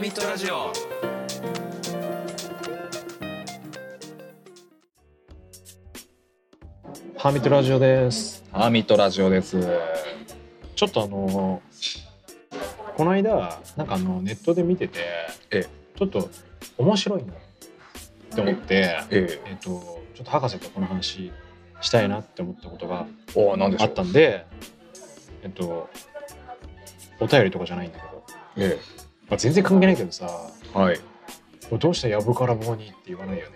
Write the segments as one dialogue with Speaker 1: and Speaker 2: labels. Speaker 1: ミットラジオ
Speaker 2: ハーミットラジオです。
Speaker 1: ハーミットラジオです
Speaker 2: ちょっとあのこの間なんかあのネットで見てて、
Speaker 1: え
Speaker 2: ちょっと面白いなって思って、え
Speaker 1: ええ
Speaker 2: っとちょっと博士とこの話したいなって思ったことが
Speaker 1: おなんでし
Speaker 2: あ
Speaker 1: ょ
Speaker 2: っ
Speaker 1: う
Speaker 2: たんで、えっとお便りとかじゃないんだけど、
Speaker 1: え
Speaker 2: まあ、全然関係ないけどさ、
Speaker 1: えはい
Speaker 2: これどうしてやぶから棒にって言わないよね。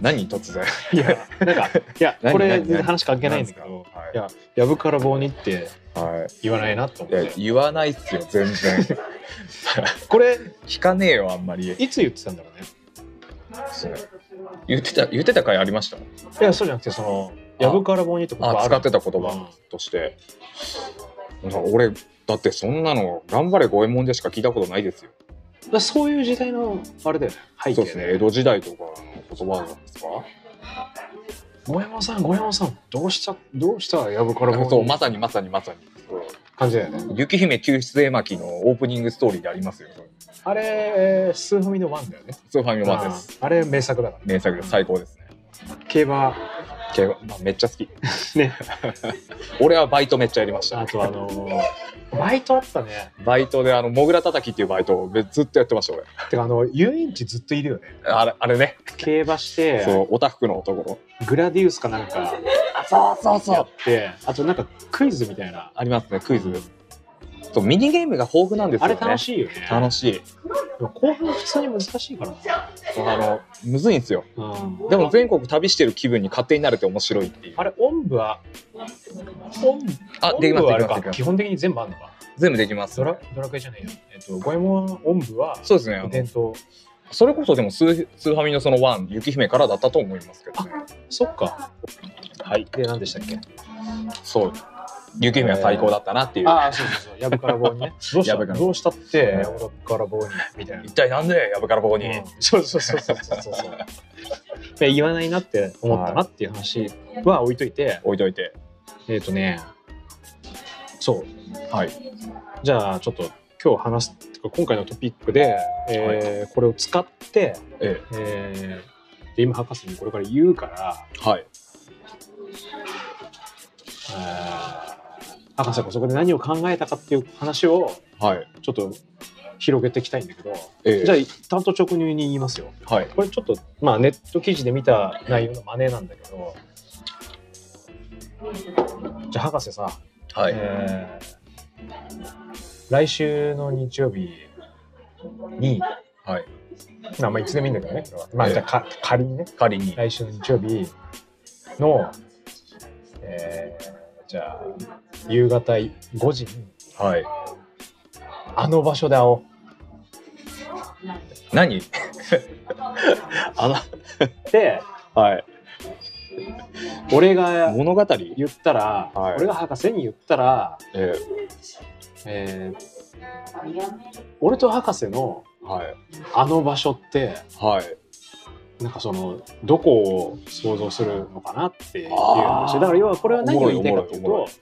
Speaker 1: 何突然
Speaker 2: いやなんかいや
Speaker 1: 何
Speaker 2: これ
Speaker 1: 何
Speaker 2: 全然話関係ないんだけ
Speaker 1: 何
Speaker 2: ど
Speaker 1: ですかはい、
Speaker 2: いややぶから棒にって
Speaker 1: は
Speaker 2: 言わないなと
Speaker 1: いい
Speaker 2: 思っ
Speaker 1: や
Speaker 2: て。
Speaker 1: 言わないっすよ全然
Speaker 2: これ
Speaker 1: 聞かねえよあんまり
Speaker 2: いつ言ってたんだろうね。
Speaker 1: 言ってた言ってた回ありました
Speaker 2: いやそうじゃなくてその
Speaker 1: あ
Speaker 2: やぶから棒にって言葉
Speaker 1: あ
Speaker 2: あ
Speaker 1: 使
Speaker 2: る
Speaker 1: ってた言葉として、なんか俺だってそんなの頑張れ五右衛門でしか聞いたことないですよ
Speaker 2: だからそういう時代のあれだよね背景
Speaker 1: そうですね江戸時代とかの言葉なんですか
Speaker 2: 五右衛門さん五右衛門さんどうしたどうしたやぶから棒
Speaker 1: あそう
Speaker 2: に
Speaker 1: まさにまさにまさにそう
Speaker 2: 感じだよね
Speaker 1: 雪姫救出絵巻のオープニングストーリーでありますよ。
Speaker 2: あれ数踏みのワンだよね
Speaker 1: スーファミマです。
Speaker 2: あーあれ名作だから
Speaker 1: 名作です。最高ですね。
Speaker 2: 競馬
Speaker 1: 競馬、まあ、めっちゃ好き。
Speaker 2: ね
Speaker 1: 俺はバイトめっちゃやりました
Speaker 2: あ。とあのーバイトあったね
Speaker 1: バイトであのモグラ叩きっていうバイトをべずっとやってました俺。
Speaker 2: てかあの遊園地ずっといるよね
Speaker 1: あれあれね。
Speaker 2: 競馬して
Speaker 1: そうオタフクの男。
Speaker 2: グラディウスかなんか
Speaker 1: そうそう
Speaker 2: やっ。てあとなんかクイズみたいな
Speaker 1: ありますねクイズ。そうミニゲームが豊富なんです
Speaker 2: あ
Speaker 1: よね。
Speaker 2: れ楽しいよね
Speaker 1: 楽しい。
Speaker 2: でも後半普通に難しいから
Speaker 1: あのむずいんですよ。
Speaker 2: な、うん、
Speaker 1: でも全国旅してる気分に勝手になれて面白いっていう。
Speaker 2: あれ、音部は、音部
Speaker 1: あできます
Speaker 2: 音部は
Speaker 1: でき
Speaker 2: あれ
Speaker 1: ます
Speaker 2: か
Speaker 1: でき
Speaker 2: 基
Speaker 1: ます。
Speaker 2: 本的に全部あるのか。
Speaker 1: 全部できます
Speaker 2: ド。ラドラクエじゃないよ。えっと、五右衛門音部は、
Speaker 1: そうですね。あの
Speaker 2: 伝統。
Speaker 1: それこそでもスースーファミのそのワン雪姫からだったと思いますけどね。
Speaker 2: そっか。はい。で、何でしたっけ
Speaker 1: そう。雪姫は最高だったなっていう。
Speaker 2: ああ、そうそうそう。やぶから棒 にね。どうし
Speaker 1: や
Speaker 2: た
Speaker 1: ぶから
Speaker 2: どうしたって、やぶから棒に、みたいな。
Speaker 1: 一体なんでやぶから棒に。
Speaker 2: うんそうそうそうそうそ うそうそう。で言わないなって思ったなっていう話は置いといて、
Speaker 1: 置いといて。
Speaker 2: えっ、とね、そう、
Speaker 1: はい。
Speaker 2: じゃあちょっと今日話す今回のトピックで、えーこれを使って、
Speaker 1: え
Speaker 2: えー、で今博士にこれから言うから、
Speaker 1: え。はい。
Speaker 2: えー博士がそこで何を考えたかっていう話を
Speaker 1: はい。
Speaker 2: ちょっと広げていきたいんだけど、
Speaker 1: ええ。
Speaker 2: じゃあ担当直入に言いますよ
Speaker 1: あ、はい。
Speaker 2: これちょっと、まあ、ネット記事で見た内容の真似なんだけどじゃあ博士さ、
Speaker 1: は。
Speaker 2: えー来週の日曜日に、
Speaker 1: はい。
Speaker 2: まあ、まあいつでもいいんだけどね、これはまあ、
Speaker 1: ええ
Speaker 2: じゃあか仮にね、
Speaker 1: 仮に。
Speaker 2: 来週の日曜日の、えーじゃあ、夕方5時に、
Speaker 1: はい。
Speaker 2: あの場所で会おう。
Speaker 1: 何 あ
Speaker 2: で、
Speaker 1: の、はい。
Speaker 2: 俺が
Speaker 1: 物語
Speaker 2: 言ったら、
Speaker 1: はい
Speaker 2: 俺が博士に言ったら、
Speaker 1: え
Speaker 2: えー俺と博士の
Speaker 1: え。はい。
Speaker 2: あの場所って、
Speaker 1: はい。
Speaker 2: なんかそのどこを想像するのかなっていう
Speaker 1: あ
Speaker 2: 話
Speaker 1: ー
Speaker 2: だから要はこれは何を言いたいかっていう
Speaker 1: おもろいおも
Speaker 2: と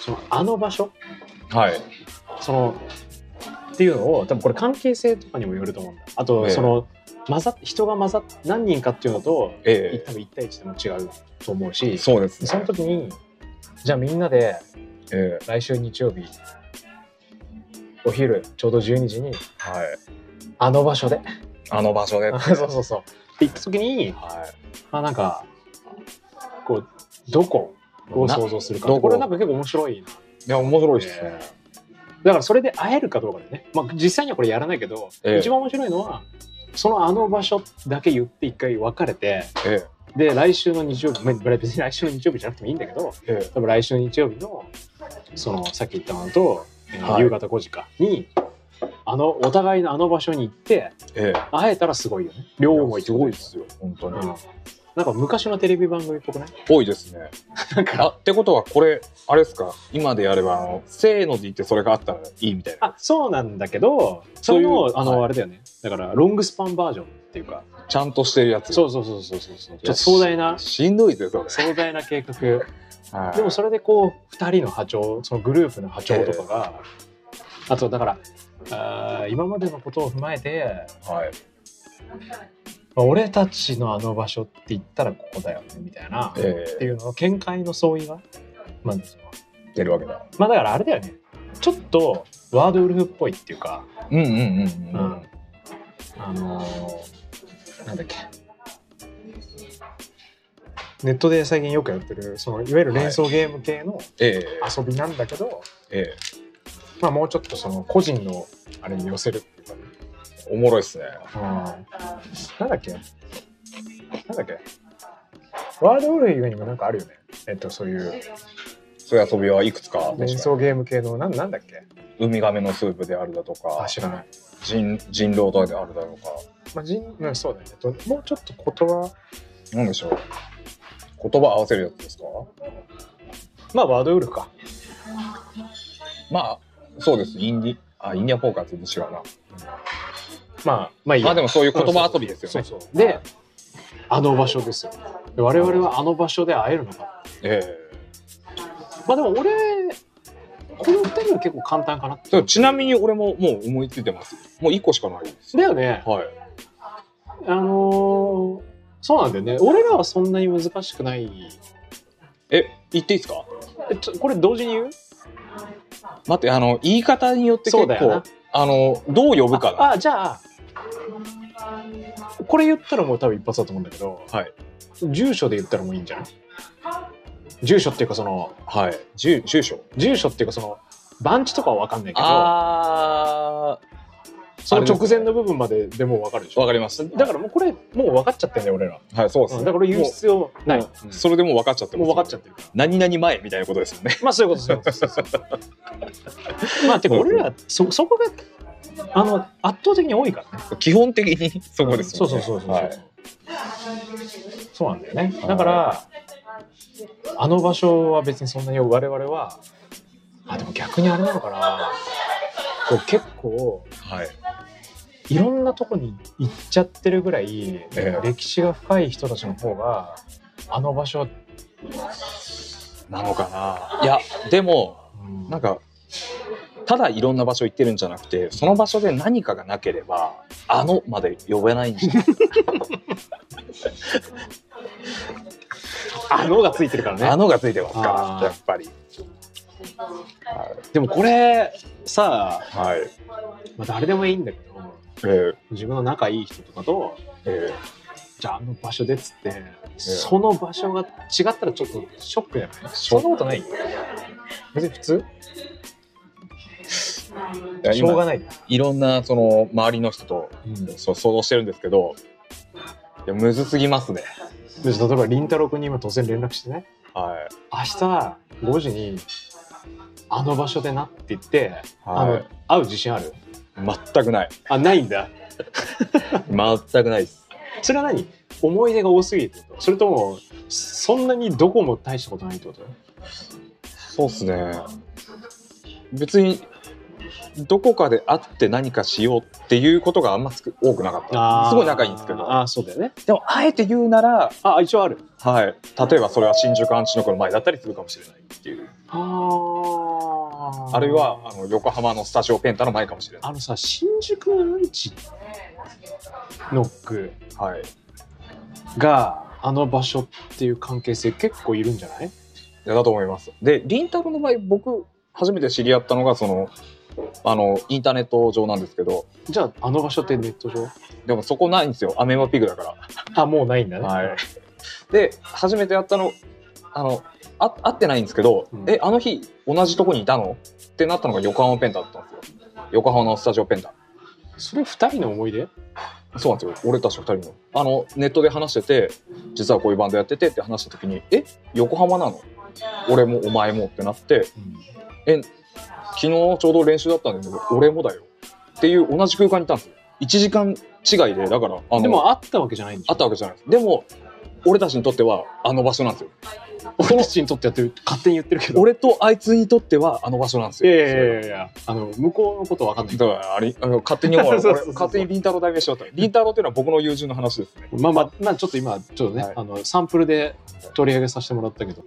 Speaker 2: そのあの場所
Speaker 1: はい。
Speaker 2: そのっていうのを多分これ関係性とかにもよると思うんだあ
Speaker 1: え
Speaker 2: と
Speaker 1: え
Speaker 2: その、混ざっ人が混ざっ何人かっていうのと、
Speaker 1: え
Speaker 2: 多分1対1でも違うと思う
Speaker 1: え。
Speaker 2: しそ
Speaker 1: そうですね。
Speaker 2: の時にじゃあみんなで
Speaker 1: ええ。
Speaker 2: 来週日曜日お昼ちょうど12時に
Speaker 1: はい。
Speaker 2: あの場所 で
Speaker 1: あの場所で。
Speaker 2: そうそうそうって言った時に
Speaker 1: は
Speaker 2: まあなんかこうどこを想像するか
Speaker 1: な。
Speaker 2: これなんか結構面白いない
Speaker 1: いや、面白いです
Speaker 2: え
Speaker 1: ね。
Speaker 2: だからそれで会えるかどうかだよね、まあ、実際にはこれやらないけど、
Speaker 1: ええ
Speaker 2: 一番面白いのはそのあの場所だけ言って一回別れて
Speaker 1: え
Speaker 2: で来週の日曜日まあ別に来週の日曜日じゃなくてもいいんだけど
Speaker 1: え。え
Speaker 2: 多分来週の日曜日のそのさっき言ったのと、えー
Speaker 1: はい
Speaker 2: 夕方5時かにあのお互いのあの場所に行って
Speaker 1: え。ええ。
Speaker 2: 会えたらすごいよね両思い
Speaker 1: すごいですよ。本当
Speaker 2: う
Speaker 1: に。
Speaker 2: んなんか昔のテレビ番組っぽくない
Speaker 1: 多いです ね。
Speaker 2: なんか
Speaker 1: あってことはこれあれですか今でやればあのせーので言ってそれがあったらいいみたいな
Speaker 2: あそうなんだけど
Speaker 1: そ
Speaker 2: そう
Speaker 1: いう
Speaker 2: のあの、
Speaker 1: はい
Speaker 2: あれだよねだからロングスパンバージョンっていうか
Speaker 1: ちゃんとしてるやつ
Speaker 2: そうそうそうそうそうそう。ちょっと壮大な
Speaker 1: しんどいですよそ
Speaker 2: 壮大な計 画。
Speaker 1: れ
Speaker 2: でもそれでこう二人の波長、そのグループの波長とかがあとだからあー今までのことを踏まえて、
Speaker 1: はい
Speaker 2: まあ俺たちのあの場所って言ったらここだよねみたいな、
Speaker 1: え
Speaker 2: っていうのを見解の相違が、まあ、
Speaker 1: ー、出るわけだ
Speaker 2: まあだからあれだよねちょっとワードウルフっぽいっていうか
Speaker 1: うんうんうんうん、
Speaker 2: うんあのーなんだっけネットで最近よくやってるそのいわゆる連想ゲーム系の
Speaker 1: え
Speaker 2: 遊びなんだけど、
Speaker 1: ええ
Speaker 2: まあもうちょっとその個人のあれに寄せるっていうかね、
Speaker 1: えおもろいっすね
Speaker 2: なんだっけなんだっけワードウルフ以外にもなんかあるよねえっとそういう
Speaker 1: そういう遊びはいくつか
Speaker 2: 連想ゲーム系のなんなんだっけ
Speaker 1: ウミガメのスープであるだと
Speaker 2: あ
Speaker 1: か
Speaker 2: 知らない、
Speaker 1: 人人狼であるだとか
Speaker 2: まあ、人うんそうだよねともうちょっと言葉
Speaker 1: なんでしょう言葉合わせるやつですか
Speaker 2: まあワードウルフか
Speaker 1: まあそうですインディあインディアポーカーって全然違うな
Speaker 2: まあまあいいや
Speaker 1: まあでもそういう言葉遊びですよね
Speaker 2: そうそうであの場所ですよで我々はあの場所で会えるのか
Speaker 1: え
Speaker 2: まあでも俺この二人は結構簡単かなって
Speaker 1: えそうちなみに俺ももう思いついてますもう1個しかないです
Speaker 2: だよね
Speaker 1: はい
Speaker 2: あのーそうなんだよね俺らはそんなに難しくない
Speaker 1: え言っていいですか
Speaker 2: えちょこれ同時に言う
Speaker 1: 待ってあの言い方によって結
Speaker 2: そうだよ
Speaker 1: 構
Speaker 2: な
Speaker 1: あのどう呼ぶかな
Speaker 2: ああじゃあこれ言ったらもう多分一発だと思うんだけど
Speaker 1: はい
Speaker 2: 住所で言ったらもういいんじゃない住所っていうかその
Speaker 1: はい住住所
Speaker 2: 住所っていうかその番地とかは分かんないけど
Speaker 1: あ
Speaker 2: その直前の部分まででもう分かるでし
Speaker 1: わ
Speaker 2: ょ
Speaker 1: かります
Speaker 2: だからもうこれもう分かっちゃってんだよ俺ら、
Speaker 1: はいそうです
Speaker 2: うん
Speaker 1: ね
Speaker 2: だから俺言う
Speaker 1: も
Speaker 2: 必要ない、
Speaker 1: うそれでもう分かっちゃって
Speaker 2: も
Speaker 1: ま
Speaker 2: う
Speaker 1: す
Speaker 2: 分かっちゃってるから
Speaker 1: 何々前みたいなことですよね
Speaker 2: まあそういうことそういうことそうそうそうまあてか俺らそそこがあの圧倒的に多いからね
Speaker 1: 基本的にそこです
Speaker 2: そ
Speaker 1: よ
Speaker 2: う
Speaker 1: ね
Speaker 2: そうそうそう、
Speaker 1: はい
Speaker 2: そうなんだよね
Speaker 1: い
Speaker 2: だから、あの場所は別にそんなに我々はあでも逆にあれなのかなこう結構
Speaker 1: はい
Speaker 2: いろんなとこに行っちゃってるぐらい、
Speaker 1: ええ
Speaker 2: 歴史が深い人たちの方があの場所、
Speaker 1: なのかないやでも
Speaker 2: うん
Speaker 1: なんかただいろんな場所行ってるんじゃなくてその場所で何かがなければあのまで呼べないんじゃない
Speaker 2: あのがついてるからね
Speaker 1: あのがついてますか
Speaker 2: あー
Speaker 1: らやっぱり
Speaker 2: でもこれさあ、
Speaker 1: はい
Speaker 2: まあ、誰でもいいんだけど
Speaker 1: えー、
Speaker 2: 自分の仲いい人とかと
Speaker 1: え
Speaker 2: じゃああの場所でっつって、その場所が違ったらちょっとショックじゃない
Speaker 1: ショック
Speaker 2: そんなことない別に普通
Speaker 1: ーいや
Speaker 2: しょうが
Speaker 1: 今
Speaker 2: ない、
Speaker 1: いろんなその周りの人と
Speaker 2: うん、
Speaker 1: そう想像してるんですけどいやむずすぎますね
Speaker 2: で例えばりんたろーくんに今突然連絡してね
Speaker 1: はい
Speaker 2: 明日5時にあの場所でなって言って、あの
Speaker 1: は
Speaker 2: 会う自信ある
Speaker 1: い全くない
Speaker 2: あないんだ
Speaker 1: 全くないです
Speaker 2: それは何思い出が多すぎるってことそれともそんなにどこも大したことないってこと
Speaker 1: そうっすね別にどこかで会って何かしようっていうことがあんまつく多くなかったすごい仲いいんですけど
Speaker 2: あーそうだよね
Speaker 1: でもあえて言うなら、
Speaker 2: あ一応ある
Speaker 1: はい、例えばそれは新宿アンチの子の前だったりするかもしれないっていう
Speaker 2: あ
Speaker 1: あるいはあの横浜のスタジオペンタの前かもしれない、
Speaker 2: あのさ新宿アンチノック
Speaker 1: はい、い
Speaker 2: があの場所っていう関係性結構いるんじゃない
Speaker 1: やだと思いますでりんたろーの場合僕初めて知り合ったのがそのあのインターネット上なんですけど
Speaker 2: じゃああの場所ってネット上
Speaker 1: でもそこないんですよアメーバピグだか
Speaker 2: あもうないんだ
Speaker 1: ら、
Speaker 2: ね、
Speaker 1: はい、で初めて会ったのあのあ会ってないんですけど、
Speaker 2: うん
Speaker 1: えあの日同じとこにいたのってなったのが横浜ペンタだったんですよ横浜のスタジオペンタ
Speaker 2: それ二人の思い出
Speaker 1: そうなんですよ俺たち2人のあのネットで話してて実はこういうバンドやっててって話した時に「え横浜なの俺もお前も」ってなって昨日ちょうど練習だったんだけど俺もだよっていう同じ空間にいたんですよ1時間違いでだからあの
Speaker 2: でもあったわけじゃないんでし
Speaker 1: あ
Speaker 2: ょ
Speaker 1: ったわけじゃないですでも俺たちにとってはあの場所なんですよ
Speaker 2: 俺たちにとってやってる勝手に言ってるけど
Speaker 1: 俺とあいつにとってはあの場所なんです
Speaker 2: い
Speaker 1: よ
Speaker 2: やいやいやいやあの向こうのことわかんない
Speaker 1: だからあれあの勝手に 思う
Speaker 2: そうそう
Speaker 1: 俺
Speaker 2: そうそう
Speaker 1: 勝手にりんたろー代名しようとりんたろーっていうのは僕の友人の話ですね
Speaker 2: まあまあ、まあ、ちょっと今ちょっとね、
Speaker 1: はい
Speaker 2: あのサンプルで取り上げさせてもらったけど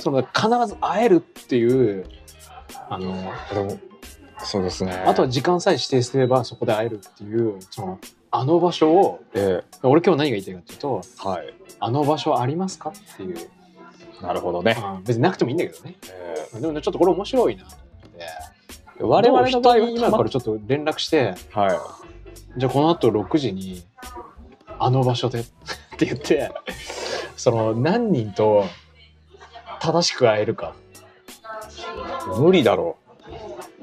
Speaker 2: その必ず会えるっていうあの
Speaker 1: でもそうですね
Speaker 2: あとは時間さえ指定すればそこで会えるっていうそのあの場所を
Speaker 1: え
Speaker 2: 俺今日何が言いたいかっていうと
Speaker 1: えはい
Speaker 2: あの場所ありますかっていう、
Speaker 1: なるほどね、
Speaker 2: うん別になくてもいいんだけどね
Speaker 1: ええ
Speaker 2: でもねちょっとこれ面白いなと思って
Speaker 1: 我々
Speaker 2: 我々
Speaker 1: の
Speaker 2: の
Speaker 1: 場合
Speaker 2: 場合
Speaker 1: は
Speaker 2: は
Speaker 1: 今
Speaker 2: 今
Speaker 1: か
Speaker 2: からら
Speaker 1: ち
Speaker 2: ちょっと連絡して
Speaker 1: ょはい
Speaker 2: じゃあこの後6時にあの場所で って言ってその何人と正しく会えるか
Speaker 1: 無理だろ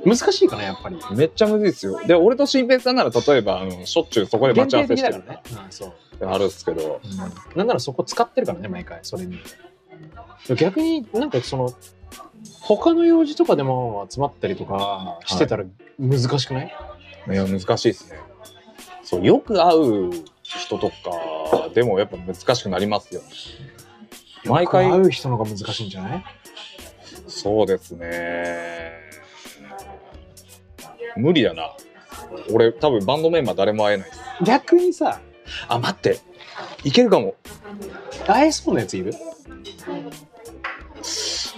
Speaker 2: 難しいかなやっぱり
Speaker 1: うめっちゃむずいですよで俺と新平さんなら例えばあのしょっちゅうそこで
Speaker 2: 限
Speaker 1: 待ち合わ
Speaker 2: 定
Speaker 1: せし
Speaker 2: 的
Speaker 1: て
Speaker 2: だ
Speaker 1: る
Speaker 2: か
Speaker 1: っ
Speaker 2: らね、うん、そう
Speaker 1: てあるんですけど
Speaker 2: なんならそこ使ってるからね毎回それに逆になんかその他の用事とかでも集まったりとかしてたら難しくない、
Speaker 1: いや難しいですねそうよく会う人とかでもやっぱ難しくなりますよ毎回
Speaker 2: 会う人のが難しいんじゃない
Speaker 1: そうですね無理だな俺多分バンドメンバー誰も会えないです
Speaker 2: 逆にさ
Speaker 1: あ待っていけるかも
Speaker 2: 会えそうなやついる
Speaker 1: 1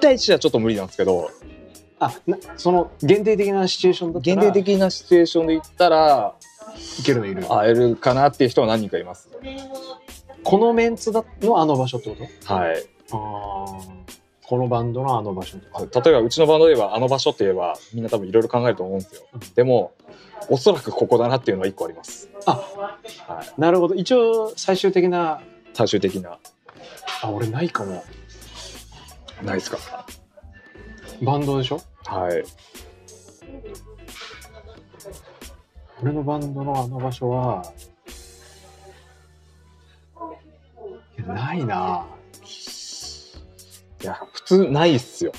Speaker 1: 対1はちょっと無理なんですけど
Speaker 2: あなその限定的なシチュエーションだった
Speaker 1: 限
Speaker 2: ら
Speaker 1: 定的なシチュエーションで言ったら
Speaker 2: いけるのいる
Speaker 1: 会えるかなっていう人は何人かいます
Speaker 2: このメンツだのあの場所ってこと
Speaker 1: はい
Speaker 2: あーこのバンドのあの場所とか
Speaker 1: 例えばうちのバンドではあの場所って言えばみんな多分いろいろ考えると思うんですよでもおそらくここだなっていうのは1個ありますはい
Speaker 2: なるほど一応最終的な
Speaker 1: 最終的な
Speaker 2: あ俺ないかも
Speaker 1: ないですか
Speaker 2: バンドでしょ
Speaker 1: はい
Speaker 2: 俺のバンドのあの場所はいやないない
Speaker 1: や普通ないっすよ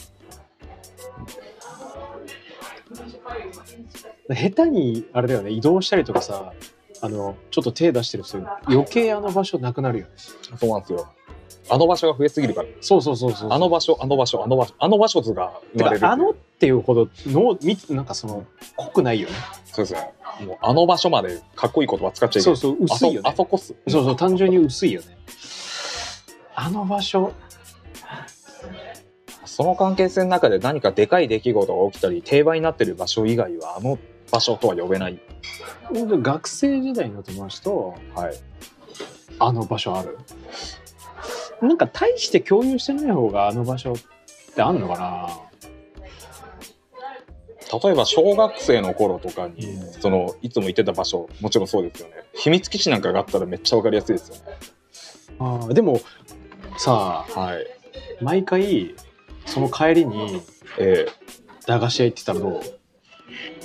Speaker 2: 下手にあれだよね移動したりとかさあのちょっと手出してる人余計あの場所なくなるよね
Speaker 1: そうなんですよあの場所が増えすぎるから
Speaker 2: そうそうそうそう
Speaker 1: あの場所あの場所あの場所あの場所図が生
Speaker 2: て
Speaker 1: まれる
Speaker 2: かあのっていうほどのみなんかその濃くないよね
Speaker 1: そうですねもうあの場所までかっこいい言葉使っちゃいけ
Speaker 2: そ
Speaker 1: な
Speaker 2: う
Speaker 1: い
Speaker 2: そう薄いよ
Speaker 1: あそあ
Speaker 2: ね
Speaker 1: そこっす
Speaker 2: そうそう単純に薄いよねあの場所
Speaker 1: その関係性の中で何かでかい出来事が起きたり定番になってる場所以外はあの場所とは呼べない
Speaker 2: 学生時代の友達と
Speaker 1: はい
Speaker 2: あの場所あるなんか大して共有してない方があの場所ってあんのかな
Speaker 1: 例えば小学生の頃とかに、
Speaker 2: うん
Speaker 1: そのいつも行ってた場所もちろんそうですよね秘密基地なんかがあったらめっちゃわかりやすいですよね
Speaker 2: あーでもさあ
Speaker 1: はい
Speaker 2: 毎回その帰りに
Speaker 1: え
Speaker 2: 駄菓子屋行ってたらど
Speaker 1: ー、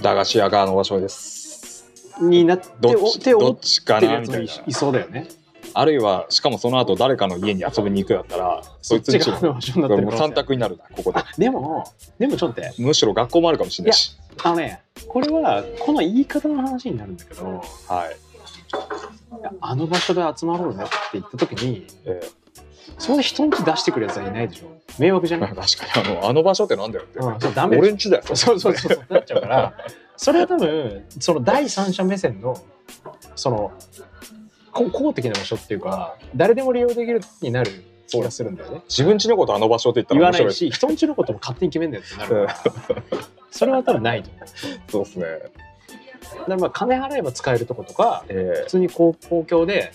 Speaker 1: 駄菓子屋側の場所です
Speaker 2: うになって
Speaker 1: ど
Speaker 2: お
Speaker 1: っち
Speaker 2: 手を
Speaker 1: ど
Speaker 2: 折
Speaker 1: っ
Speaker 2: っ
Speaker 1: ちか
Speaker 2: てる
Speaker 1: な
Speaker 2: や
Speaker 1: み
Speaker 2: つ
Speaker 1: た
Speaker 2: も
Speaker 1: い
Speaker 2: い
Speaker 1: な
Speaker 2: いそうだよね
Speaker 1: あるいはしかもその後誰かの家に遊びに行くだったらそいつ
Speaker 2: そっ
Speaker 1: に
Speaker 2: ち
Speaker 1: ちょっと
Speaker 2: があの場所になってる
Speaker 1: もう
Speaker 2: 可能性
Speaker 1: 三択になるなここで
Speaker 2: あでもでもちょっと待って
Speaker 1: むしろ学校もあるかもしれないし
Speaker 2: あのねこれはこの言い方の話になるんだけど
Speaker 1: はい、
Speaker 2: あの場所で集まろうねって言った時に
Speaker 1: え
Speaker 2: そんな人んち出してくるやつはいないでしょ迷惑じゃ
Speaker 1: ー
Speaker 2: な、
Speaker 1: ないんか確かにあのあの場所ってなんだよって、
Speaker 2: うん、そうダメ
Speaker 1: 俺んちだよ
Speaker 2: そうそうそうそうなっちゃうからそれは多分その第三者目線のそのこ公的な場所っていうか誰でも利用できるようになる気がするんだよね
Speaker 1: 自分家のことあの場所って言った
Speaker 2: 言
Speaker 1: ら
Speaker 2: わ
Speaker 1: 面
Speaker 2: な
Speaker 1: 白い
Speaker 2: いし人んちのことも勝手に決めんだよってなるからそれは多分ないと思う
Speaker 1: そうですね、
Speaker 2: だからまあ金払えば使えるとことか
Speaker 1: え
Speaker 2: 普通にこう公共で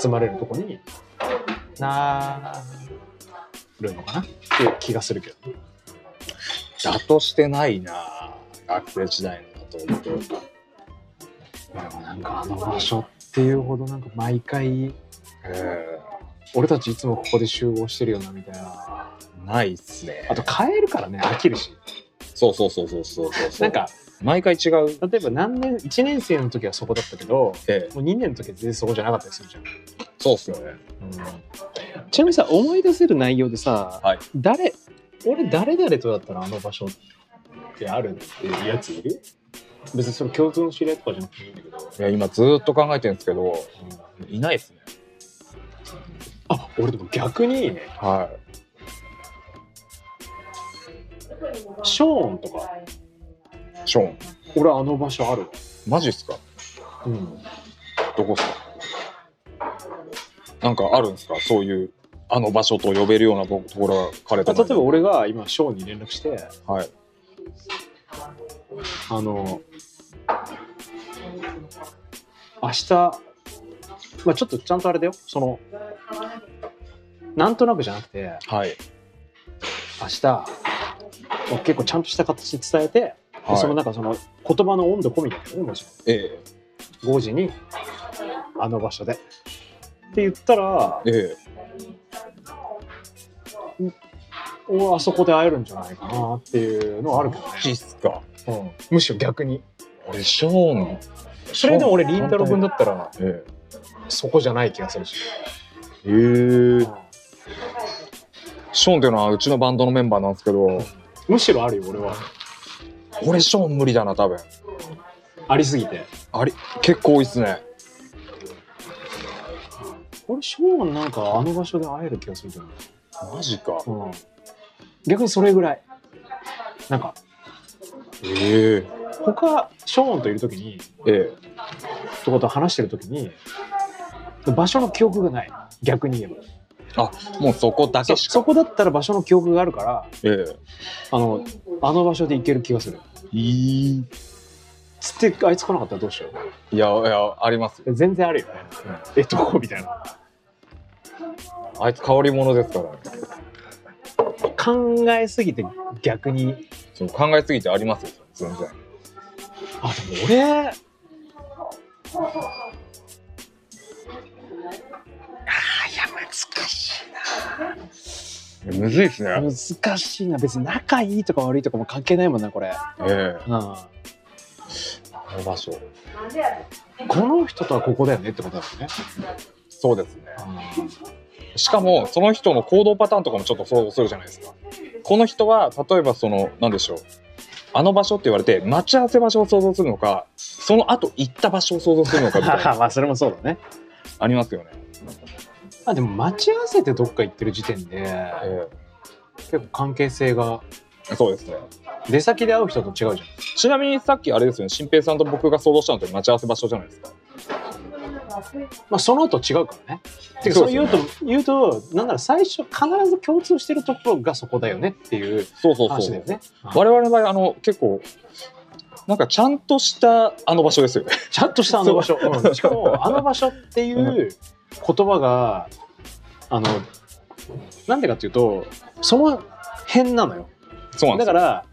Speaker 2: 集まれるとこになるのかなっていう気がするけど
Speaker 1: ーだとしてないな学生時代のことを言うと
Speaker 2: でもなんかあの場所っていうほどなんか毎回
Speaker 1: え
Speaker 2: 俺たちいつもここで集合してるよなみたいな
Speaker 1: ーないっすね
Speaker 2: あと変えるからね飽きるし
Speaker 1: そうそうそうそうそうそう
Speaker 2: なんか
Speaker 1: 毎回違う
Speaker 2: 例えば何年1年生の時はそこだったけども
Speaker 1: ええ
Speaker 2: う2年の時は全然そこじゃなかったりするじゃん、
Speaker 1: そうっすよね
Speaker 2: ちなみにさ思い出せる内容でさ、
Speaker 1: はい
Speaker 2: 誰俺誰々とだったらあの場所ってあるっていうやついる別にそれ共通の知り合いとかじゃなくていいんだけど、
Speaker 1: いや今ずーっと考えてるんですけどいないっすね
Speaker 2: あ俺でも逆に
Speaker 1: は
Speaker 2: ショーンとか
Speaker 1: いショーン
Speaker 2: 俺あの場所あるわ、
Speaker 1: マジっすか
Speaker 2: うん、
Speaker 1: どこっすかなんかあるんですかそういうあの場所と呼べるようなとところが彼と
Speaker 2: 例
Speaker 1: な
Speaker 2: え
Speaker 1: んで
Speaker 2: ば俺が今ショーンに連絡して
Speaker 1: はい
Speaker 2: あの明日、まあ、ちょっとちゃんとあれだよそのなんとなくじゃなくて
Speaker 1: はい、
Speaker 2: 明日まあ結構ちゃんとした形で伝えて、で
Speaker 1: はい、
Speaker 2: その中その言葉の温度込みだけどねもち
Speaker 1: え
Speaker 2: ろん5時にあの場所でって言ったら
Speaker 1: ええ
Speaker 2: おあそこで会えるんじゃないかなっていうのはあるけ
Speaker 1: えキスか
Speaker 2: どね、むしろ逆に
Speaker 1: 俺ショーの
Speaker 2: それでも俺凛太郎君だったら
Speaker 1: え
Speaker 2: そこじゃない気がするし、
Speaker 1: えへえショーンっていうのはうちのバンドのメンバーなんですけど
Speaker 2: むしろあるよ俺は
Speaker 1: 俺ショーン無理だな多分
Speaker 2: ありすぎて
Speaker 1: あり結構多いっすね
Speaker 2: 俺ショーンなんかあの場所で会える気がするけどね、
Speaker 1: マジか
Speaker 2: うん、逆にそれぐらいなんか
Speaker 1: ええ
Speaker 2: 他ショーンといる時に
Speaker 1: ええ
Speaker 2: とこと話してる時に場所の記憶がない逆に言えば
Speaker 1: もうそこだけ
Speaker 2: そ
Speaker 1: し
Speaker 2: そ
Speaker 1: か
Speaker 2: こだったら場所の記憶があるから
Speaker 1: ええ
Speaker 2: あのあの場所で行ける気がする
Speaker 1: いい
Speaker 2: つってあいつ来なかったらどうしよ
Speaker 1: いやいやあります
Speaker 2: う全然あるよね、えどこみたいな
Speaker 1: あいつ変わり者ですからね
Speaker 2: 考えすぎて逆に
Speaker 1: そう考えすぎてありますよ全然
Speaker 2: あでも俺あーいや難しい
Speaker 1: むずいっすね
Speaker 2: 難しいな別に仲いいとか悪いとかも関係ないもんなこれ、
Speaker 1: ええ
Speaker 2: うん、
Speaker 1: あの場所
Speaker 2: この人とはここだよねってことだもんね、
Speaker 1: そうですねしかもその人の行動パターンとかもちょっと想像するじゃないですかこの人は例えばその何でしょうあの場所って言われて待ち合わせ場所を想像するのかその後行った場所を想像するのかみたいな
Speaker 2: まあそれもそうだね
Speaker 1: ありますよね、
Speaker 2: あでも待ち合わせてどっか行ってる時点で
Speaker 1: え
Speaker 2: 結構関係性が
Speaker 1: えそうですね
Speaker 2: 出先で会う人と違うじ
Speaker 1: ちなみにさっきあれですよね新平さんと僕が想像したのって待ち合わせ場所じゃないですか
Speaker 2: ゃん、まあ、その後違うからねてか
Speaker 1: そですよ
Speaker 2: そうう言
Speaker 1: ね
Speaker 2: うと言うとなんなら最初必ず共通してるところがそこだよねっていう
Speaker 1: そうそう
Speaker 2: 話
Speaker 1: そう、
Speaker 2: だよね
Speaker 1: 我々の場合あの結構なんかちゃんとしたあの場所 ですよね
Speaker 2: ちゃんとしたあの場所、うんしかもあの場所っていう言葉があのなんでかっていうとその辺なのよ
Speaker 1: そうなんです
Speaker 2: だ
Speaker 1: よ
Speaker 2: から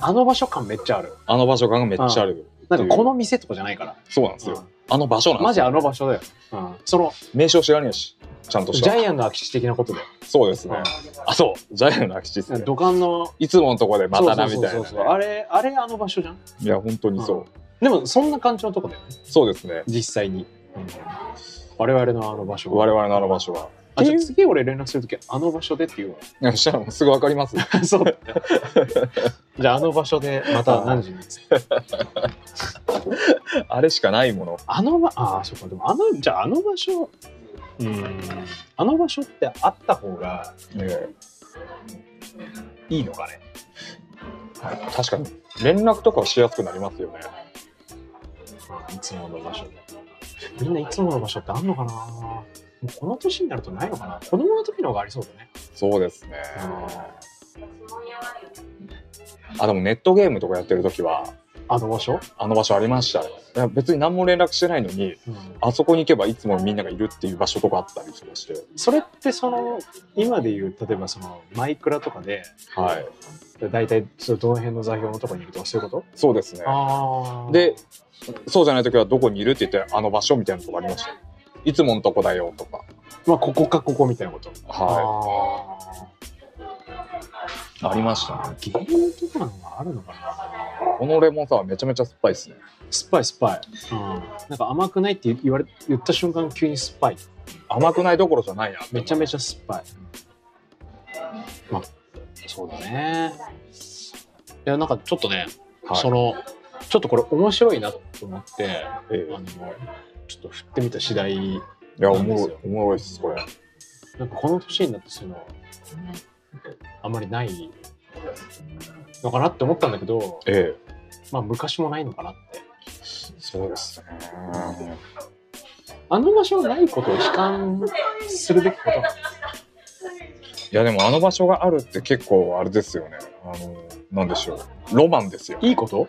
Speaker 2: あの場所感めっちゃある
Speaker 1: あの場所感がめっちゃある
Speaker 2: なんかこの店とかじゃないから、
Speaker 1: そうなんですよあの場所なんです
Speaker 2: マジ
Speaker 1: よ
Speaker 2: あの場所だよ、うん、その
Speaker 1: 名称知らねえしちゃんとし
Speaker 2: ジ
Speaker 1: た
Speaker 2: ャイアンの空き地的なことだよ、
Speaker 1: そうですねあそうジャイアンの空き地です
Speaker 2: うん
Speaker 1: ね
Speaker 2: 土管の
Speaker 1: いつものとこでまたなみたいな
Speaker 2: そうそ
Speaker 1: ね
Speaker 2: うそうそうあれあれあの場所じゃん、
Speaker 1: いや本当にそう
Speaker 2: うんでもそんな感じのとこだよね
Speaker 1: そうですね
Speaker 2: 実際に、うん我々のあの場所
Speaker 1: 我々のあの場所は
Speaker 2: あじゃあ次俺連絡するときあの場所でって言うわ
Speaker 1: いやそしたらもうすぐ分かりますよ
Speaker 2: そうだ ね。じゃああの場所でまた何時に
Speaker 1: あれしかないもの
Speaker 2: あの場ああそっかでもあのじゃああの場所うんあの場所ってあった方が
Speaker 1: え
Speaker 2: いいのかね。
Speaker 1: え確かに連絡とかはしやすくなりますよね
Speaker 2: いつもの場所で。みんないつもの場所ってあんのかな。もうこの年になるとないのかな。子供の時の方がありそうだね。
Speaker 1: そうですねあでもネットゲームとかやってる時は
Speaker 2: あの場所。
Speaker 1: あの場所ありましたねいや別に何も連絡してないのにあそこに行けばいつもみんながいるっていう場所とかあったりとかして
Speaker 2: それってその今でいう例えばそのマイクラとかで
Speaker 1: はい
Speaker 2: だいたいそのどの辺の座標のとこにいるとかそういうこ
Speaker 1: そうですね
Speaker 2: と。あ
Speaker 1: でそうじゃない時はどこにいるって言ってあの場所みたいなとこありましたよいつものとこだよとか
Speaker 2: まあここかここみたいなこと。
Speaker 1: は
Speaker 2: あー
Speaker 1: いありましたね
Speaker 2: ゲームとかのがあるのかな
Speaker 1: このレモンサワーめちゃめちゃ酸っぱいですね
Speaker 2: 酸っぱい酸っぱい、うん、なんか甘くないって言われ言った瞬間急に酸っぱい
Speaker 1: 甘くないどころじゃないな
Speaker 2: めちゃめ
Speaker 1: ち
Speaker 2: ちゃ酸っぱい、まあそうだねいやなんかちょっとね、
Speaker 1: ゃはい
Speaker 2: そのちょっとこれ面白いなと思ってあ
Speaker 1: ええ
Speaker 2: のちょっと振ってみた次第
Speaker 1: いやお
Speaker 2: なんで
Speaker 1: もろ
Speaker 2: す
Speaker 1: い
Speaker 2: よ
Speaker 1: おもろいっすこれ
Speaker 2: なんかこの年になってそういうのあんまりないのかなって思ったんだけど
Speaker 1: ええ
Speaker 2: まあ昔もないのかなって
Speaker 1: そうですね
Speaker 2: あの場所がないことを悲観するべきことな
Speaker 1: い
Speaker 2: の
Speaker 1: やでもあの場所があるって結構あれですよねあのなんでしょうロマンですよ
Speaker 2: いいこと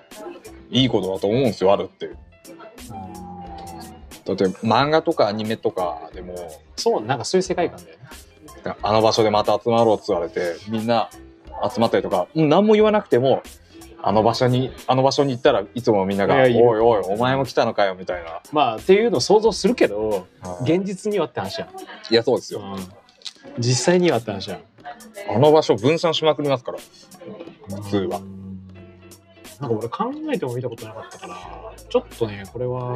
Speaker 1: いいことだと思うんですよあるってだって漫画とかアニメとかでも
Speaker 2: そうなんかそういう世界観だよね
Speaker 1: あの場所でまた集まろうって言われてみんな集まったりとかうん何も言わなくてもあの場所にあの場所に行ったらいつもみんなが「お
Speaker 2: いや
Speaker 1: い
Speaker 2: いる
Speaker 1: おいおい前も来たのかよ」みたいな、
Speaker 2: まあっていうのを想像するけど
Speaker 1: はい
Speaker 2: 現実にはって話やん、
Speaker 1: いやそうですよ
Speaker 2: うん、実際にはって話やん
Speaker 1: あの場所分散しまくりますから普通は
Speaker 2: なんか俺考えても見たことなかったからちょっとねこれは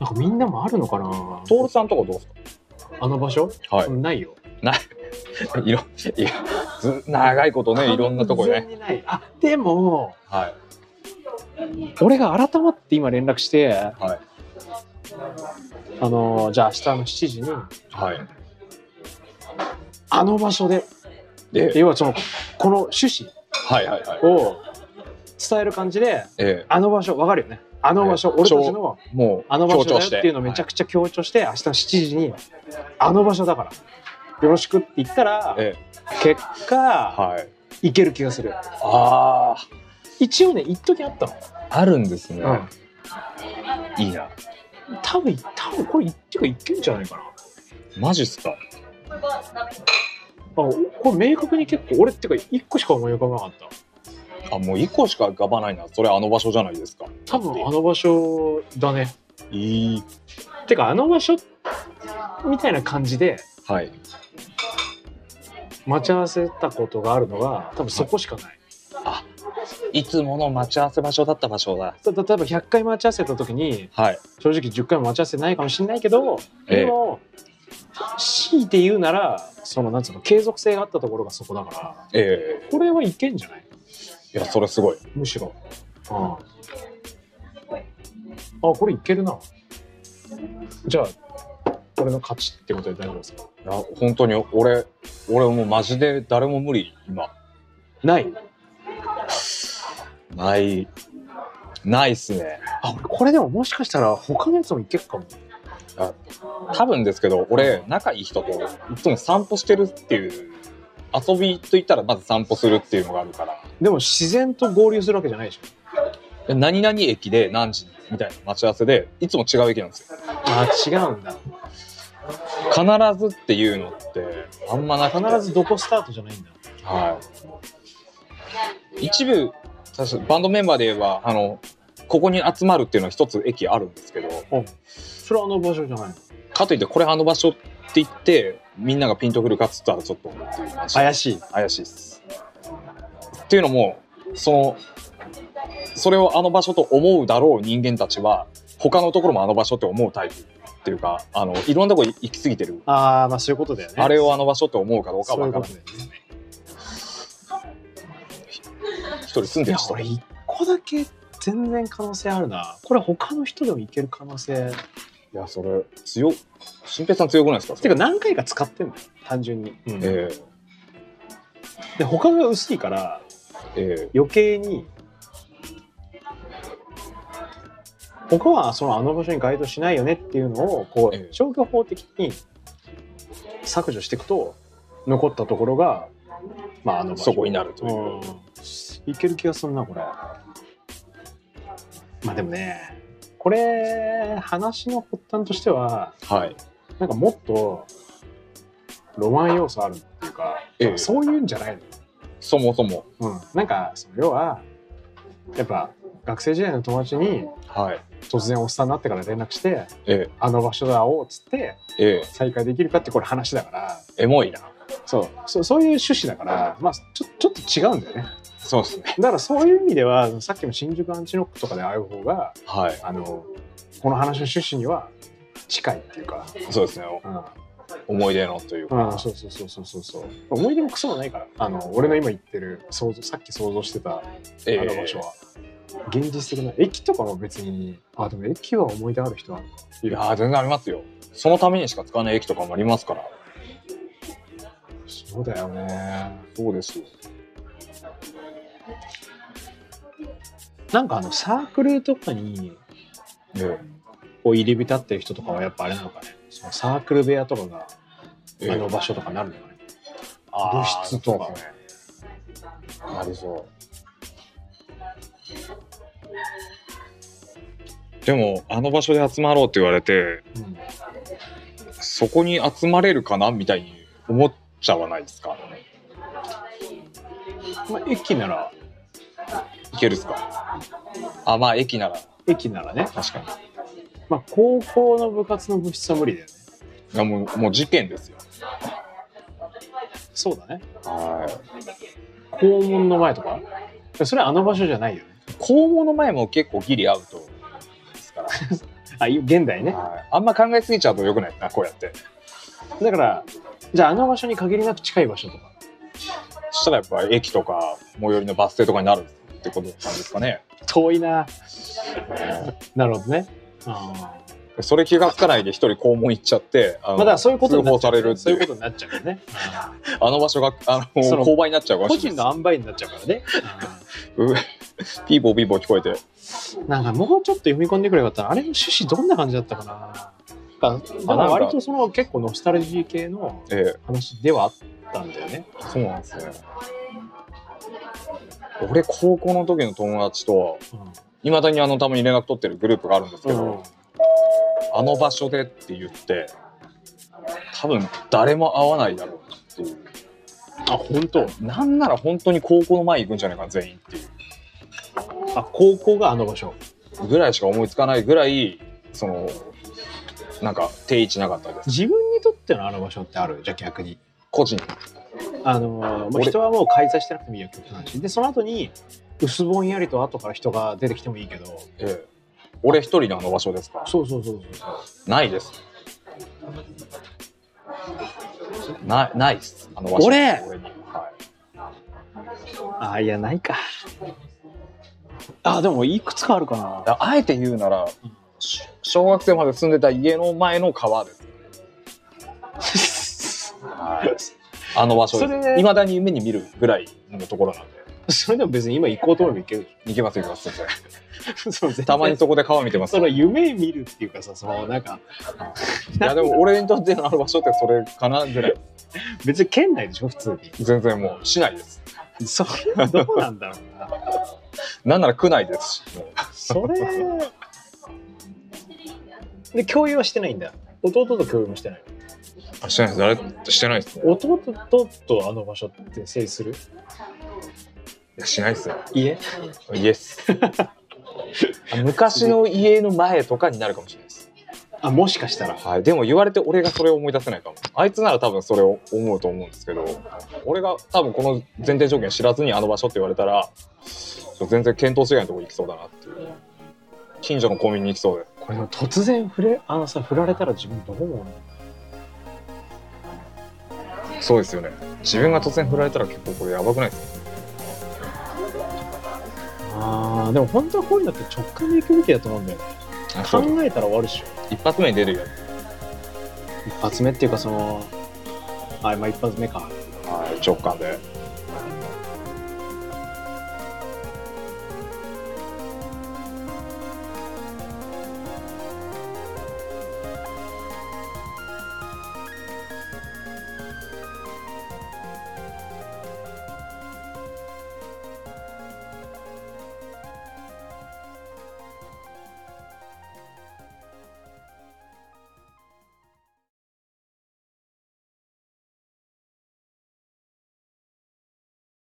Speaker 2: なんかみんなもあるのかな
Speaker 1: 徹さんとかどうです
Speaker 2: あの場所、
Speaker 1: かはい
Speaker 2: ないよ
Speaker 1: いろいやず長いことねいろんなとこ
Speaker 2: 完
Speaker 1: ね
Speaker 2: 全にないあでも
Speaker 1: はい
Speaker 2: 俺が改まって今連絡して、
Speaker 1: はい
Speaker 2: あのじゃあ明日の7時に
Speaker 1: はい
Speaker 2: あの場所で
Speaker 1: で
Speaker 2: 要はそのこの趣旨
Speaker 1: はいはいはい
Speaker 2: を伝える感じで
Speaker 1: ええ
Speaker 2: あの場所わかるよねあの場所、俺たちの
Speaker 1: もう
Speaker 2: あの場所だよっていうのをめちゃ
Speaker 1: くち
Speaker 2: くちゃ強調して、明日の7時にあの場所だからよろしくって言ったら、
Speaker 1: え
Speaker 2: 結果、
Speaker 1: ゃはい
Speaker 2: い、ける気がする
Speaker 1: あ
Speaker 2: 一応ね一時あったの、
Speaker 1: ああるんですね、
Speaker 2: うん、
Speaker 1: いいな
Speaker 2: 多分多分これっていうかいけんじゃないかな
Speaker 1: マジっすか
Speaker 2: あこれ明確に結構俺っていうか1個しか思い浮かばなかった
Speaker 1: あもう1個しか浮かばないなそれあの場所じゃないですか
Speaker 2: 多分あの場所だね
Speaker 1: いい
Speaker 2: てかあの場所みたいな感じで
Speaker 1: はい
Speaker 2: 待ち合わせたことがあるのが多分そこしかない、
Speaker 1: いつもの待ち合わせ場所だった場所だ
Speaker 2: た例えば100回待ち合わせた時に
Speaker 1: はい
Speaker 2: 正直10回も待ち合わせないかもしれないけど
Speaker 1: ええ
Speaker 2: でも、強いて言うならそのなんつうの継続性があったところがそこだから
Speaker 1: ええ
Speaker 2: これはいけんじゃない
Speaker 1: いやそれすごい
Speaker 2: むしろ、うん、あこれいけるなじゃあ俺の勝ちってことで大丈夫ですか
Speaker 1: いや本当に俺俺もうマジで誰も無理今
Speaker 2: ない
Speaker 1: ないないっすね
Speaker 2: あ俺これでももしかしたら他のやつもいけるかも
Speaker 1: 多分ですけど俺仲いい人といつも散歩してるっていう遊びといったらまず散歩するっていうのがあるから
Speaker 2: でも自然と合流するわけじゃないでしょ
Speaker 1: で何々駅で何時みたいな待ち合わせでいつも違う駅なんですよ
Speaker 2: あ違うんだ
Speaker 1: 必ずっていうのってあんまなくて
Speaker 2: 必ずどこスタートじゃないんだ
Speaker 1: はい、一部確かバンドメンバーで言えばあのここに集まるっていうのは一つ駅あるんですけど
Speaker 2: それはあの場所じゃないの
Speaker 1: かといってこれあの場所って言ってみんながピンとくるかっつったらちょっと
Speaker 2: 怪しい
Speaker 1: 怪しいっす。っていうのもそのそれをあの場所と思うだろう人間たちは他のところもあの場所って思うタイプっていうかあのいろんなとこ行き過ぎてる
Speaker 2: ああまあそういうことだよね
Speaker 1: あれをあの場所って思うかどうか
Speaker 2: そうい
Speaker 1: わ
Speaker 2: う
Speaker 1: か
Speaker 2: こ
Speaker 1: らな
Speaker 2: と
Speaker 1: い
Speaker 2: だよね
Speaker 1: 一人住ん
Speaker 2: い
Speaker 1: で
Speaker 2: や
Speaker 1: る人
Speaker 2: 俺一個だけ全然可能性あるなこれ他の人でもいける可能性
Speaker 1: いや、それ、強、新平さん強くないですか
Speaker 2: てか何回か使ってんのよ単純に、
Speaker 1: え
Speaker 2: で他が薄いから
Speaker 1: ええ
Speaker 2: 余計に他はそのあの場所に該当しないよねっていうのをこ
Speaker 1: ええ
Speaker 2: う消去法的に削除していくと残ったところがまああの場所
Speaker 1: そこになるという
Speaker 2: うんいける気がするなこれまあでもねこれ話の発端としては
Speaker 1: えはい。
Speaker 2: なんかもっとロマン要素あるっていうか、
Speaker 1: ええ
Speaker 2: そういうんじゃないの
Speaker 1: そもそも。
Speaker 2: うん、なんかその要はやっぱ学生時代の友達に
Speaker 1: はい。
Speaker 2: 突然おっさんになってから連絡して
Speaker 1: え
Speaker 2: あの場所だ会おうっつって
Speaker 1: ええ
Speaker 2: 再会できるかってこれ話だから
Speaker 1: えエモいな。
Speaker 2: そうそそういう趣旨だから、まあ、ちょちょっと違うんだよね
Speaker 1: そうですね。
Speaker 2: だからそういう意味ではさっきの新宿アンチノックとかで会う方が
Speaker 1: はい。
Speaker 2: あのこの話の趣旨には近いっていうか、
Speaker 1: そうですね。
Speaker 2: うん
Speaker 1: 思い出のというか。
Speaker 2: うん、そうそうそうそうそうそう思い出もクソもないからあの俺の今言ってる想像さっき想像してた
Speaker 1: ええ
Speaker 2: あの場所は。現実的な駅とかは別にあでも駅は思い出ある人はあるか
Speaker 1: いやー、全然ありますよ。そのためにしか使わない駅とかもありますから。
Speaker 2: そうだよね
Speaker 1: そうですよ。
Speaker 2: なんかあのサークルとかに
Speaker 1: え
Speaker 2: こう入り浸ってる人とかはやっぱあれなのかねそのサークル部屋とかが
Speaker 1: ええ
Speaker 2: あの場所とかなるのかね。
Speaker 1: 部室とか
Speaker 2: あーそうですね
Speaker 1: なりそうでもあの場所で集まろうって言われて
Speaker 2: うん
Speaker 1: そこに集まれるかなみたいに思っちゃわないですか
Speaker 2: まあ、駅なら
Speaker 1: いけるっすかあまあ駅なら
Speaker 2: 駅ならね、
Speaker 1: 確かに
Speaker 2: まあ、高校の部活の部室は無理だよね
Speaker 1: いやもうもう事件ですよ
Speaker 2: そうだね
Speaker 1: はい
Speaker 2: 校門の前とかそれはあの場所じゃないよね
Speaker 1: 校門の前も結構ギリアウトですから
Speaker 2: あい現代ね
Speaker 1: はい、あんま考えすぎちゃうとよくないなこうやって
Speaker 2: だからじゃああの場所に限りなく近い場所とか
Speaker 1: そしたらやっぱ駅とか最寄りのバス停とかになるってことなんですかね、
Speaker 2: 遠いな
Speaker 1: え
Speaker 2: なるほどねあ
Speaker 1: ーそれ気がつかないで一人校門行っちゃってあ
Speaker 2: ー
Speaker 1: の
Speaker 2: まあだからそういうことに
Speaker 1: 通
Speaker 2: な
Speaker 1: 報
Speaker 2: っちゃ
Speaker 1: さ
Speaker 2: う
Speaker 1: れるって
Speaker 2: そう
Speaker 1: い
Speaker 2: いう
Speaker 1: う
Speaker 2: ことになっちゃうよねあ
Speaker 1: あの場所があの
Speaker 2: その
Speaker 1: 勾配になっちゃうか
Speaker 2: ー
Speaker 1: も
Speaker 2: 個
Speaker 1: しれ
Speaker 2: 人
Speaker 1: な
Speaker 2: の
Speaker 1: い
Speaker 2: 塩梅になっちゃうからねあ
Speaker 1: う ピーボーピーボー聞こえて
Speaker 2: ーなんかもうちょっと読み込んでくればよかったなあれの趣旨どんな感じだったかなだからだから割とその結構ノスタルジー系の
Speaker 1: え
Speaker 2: 話ではあったんだよね
Speaker 1: えそうなんですね俺高校の時の友達といまだにあのたまに連絡取ってるグループがあるんですけど、
Speaker 2: うん
Speaker 1: あの場所でって言って多分誰も会わないだろうなっていう
Speaker 2: あ本当
Speaker 1: なんなら本当に高校の前行くんじゃないかな全員ってい
Speaker 2: あ高校があの場所
Speaker 1: うぐらいしか思いつかないぐらいそのなんか定位置なかったです
Speaker 2: 自分にとってのあの場所ってあるじゃあ逆に
Speaker 1: 個人
Speaker 2: あのーもう
Speaker 1: 俺
Speaker 2: 人はもう開催してなくてもいいよって話でその後に薄ぼんやりと後から人が出てきてもいいけど
Speaker 1: ええ俺一人のあの場所ですか
Speaker 2: そうそうそうそう
Speaker 1: ないですなないっすあの場所
Speaker 2: 俺
Speaker 1: に、は
Speaker 2: ああいやないかあでもいくつかあるか
Speaker 1: い、
Speaker 2: な
Speaker 1: だあえて言うならし小学生まで住んでた家の前の川です、はい、あの場所
Speaker 2: それ
Speaker 1: いまだに夢に見るぐらいのところなんで
Speaker 2: それでも別に今行こうと思えば行ける
Speaker 1: 行けます行けます全然
Speaker 2: でしょ その
Speaker 1: たまに
Speaker 2: そ
Speaker 1: そこで川見 てます
Speaker 2: その夢見るっていうかさそのなんか
Speaker 1: いやでも俺にとってのある場所ってそれかなぐらい
Speaker 2: 別に県内でしょ普通
Speaker 1: 全然もう市内です
Speaker 2: にそれはどうなんだろうな
Speaker 1: なんなら区内ですしも
Speaker 2: それで共有はしてないんだ弟と共有もしてないう
Speaker 1: してないです誰してないですね
Speaker 2: 弟とあの場所って整理する
Speaker 1: いやしないですよ
Speaker 2: 家
Speaker 1: イエス 昔の家の前とかになるかもしれないです、
Speaker 2: あもしかしたら
Speaker 1: はい、でも言われて俺がそれを思い出せないかもあいつなら多分それを思うと思うんですけど俺が多分この前提条件知らずにあの場所って言われたら全然見当違いのところ行きそうだなっていう近所のコンビニに行きそうで
Speaker 2: これでも突然触れあのさ振られたら自分どう思う
Speaker 1: そうですよね自分が突然振られたら結構これやばくないですか
Speaker 2: あーでも本当はこういうのって直感で行くべきだと思うんだよね考えたら終わるでしょ
Speaker 1: 一発目に出るよ、
Speaker 2: 一発目っていうかそのあまあ一発目か
Speaker 1: はい、直感で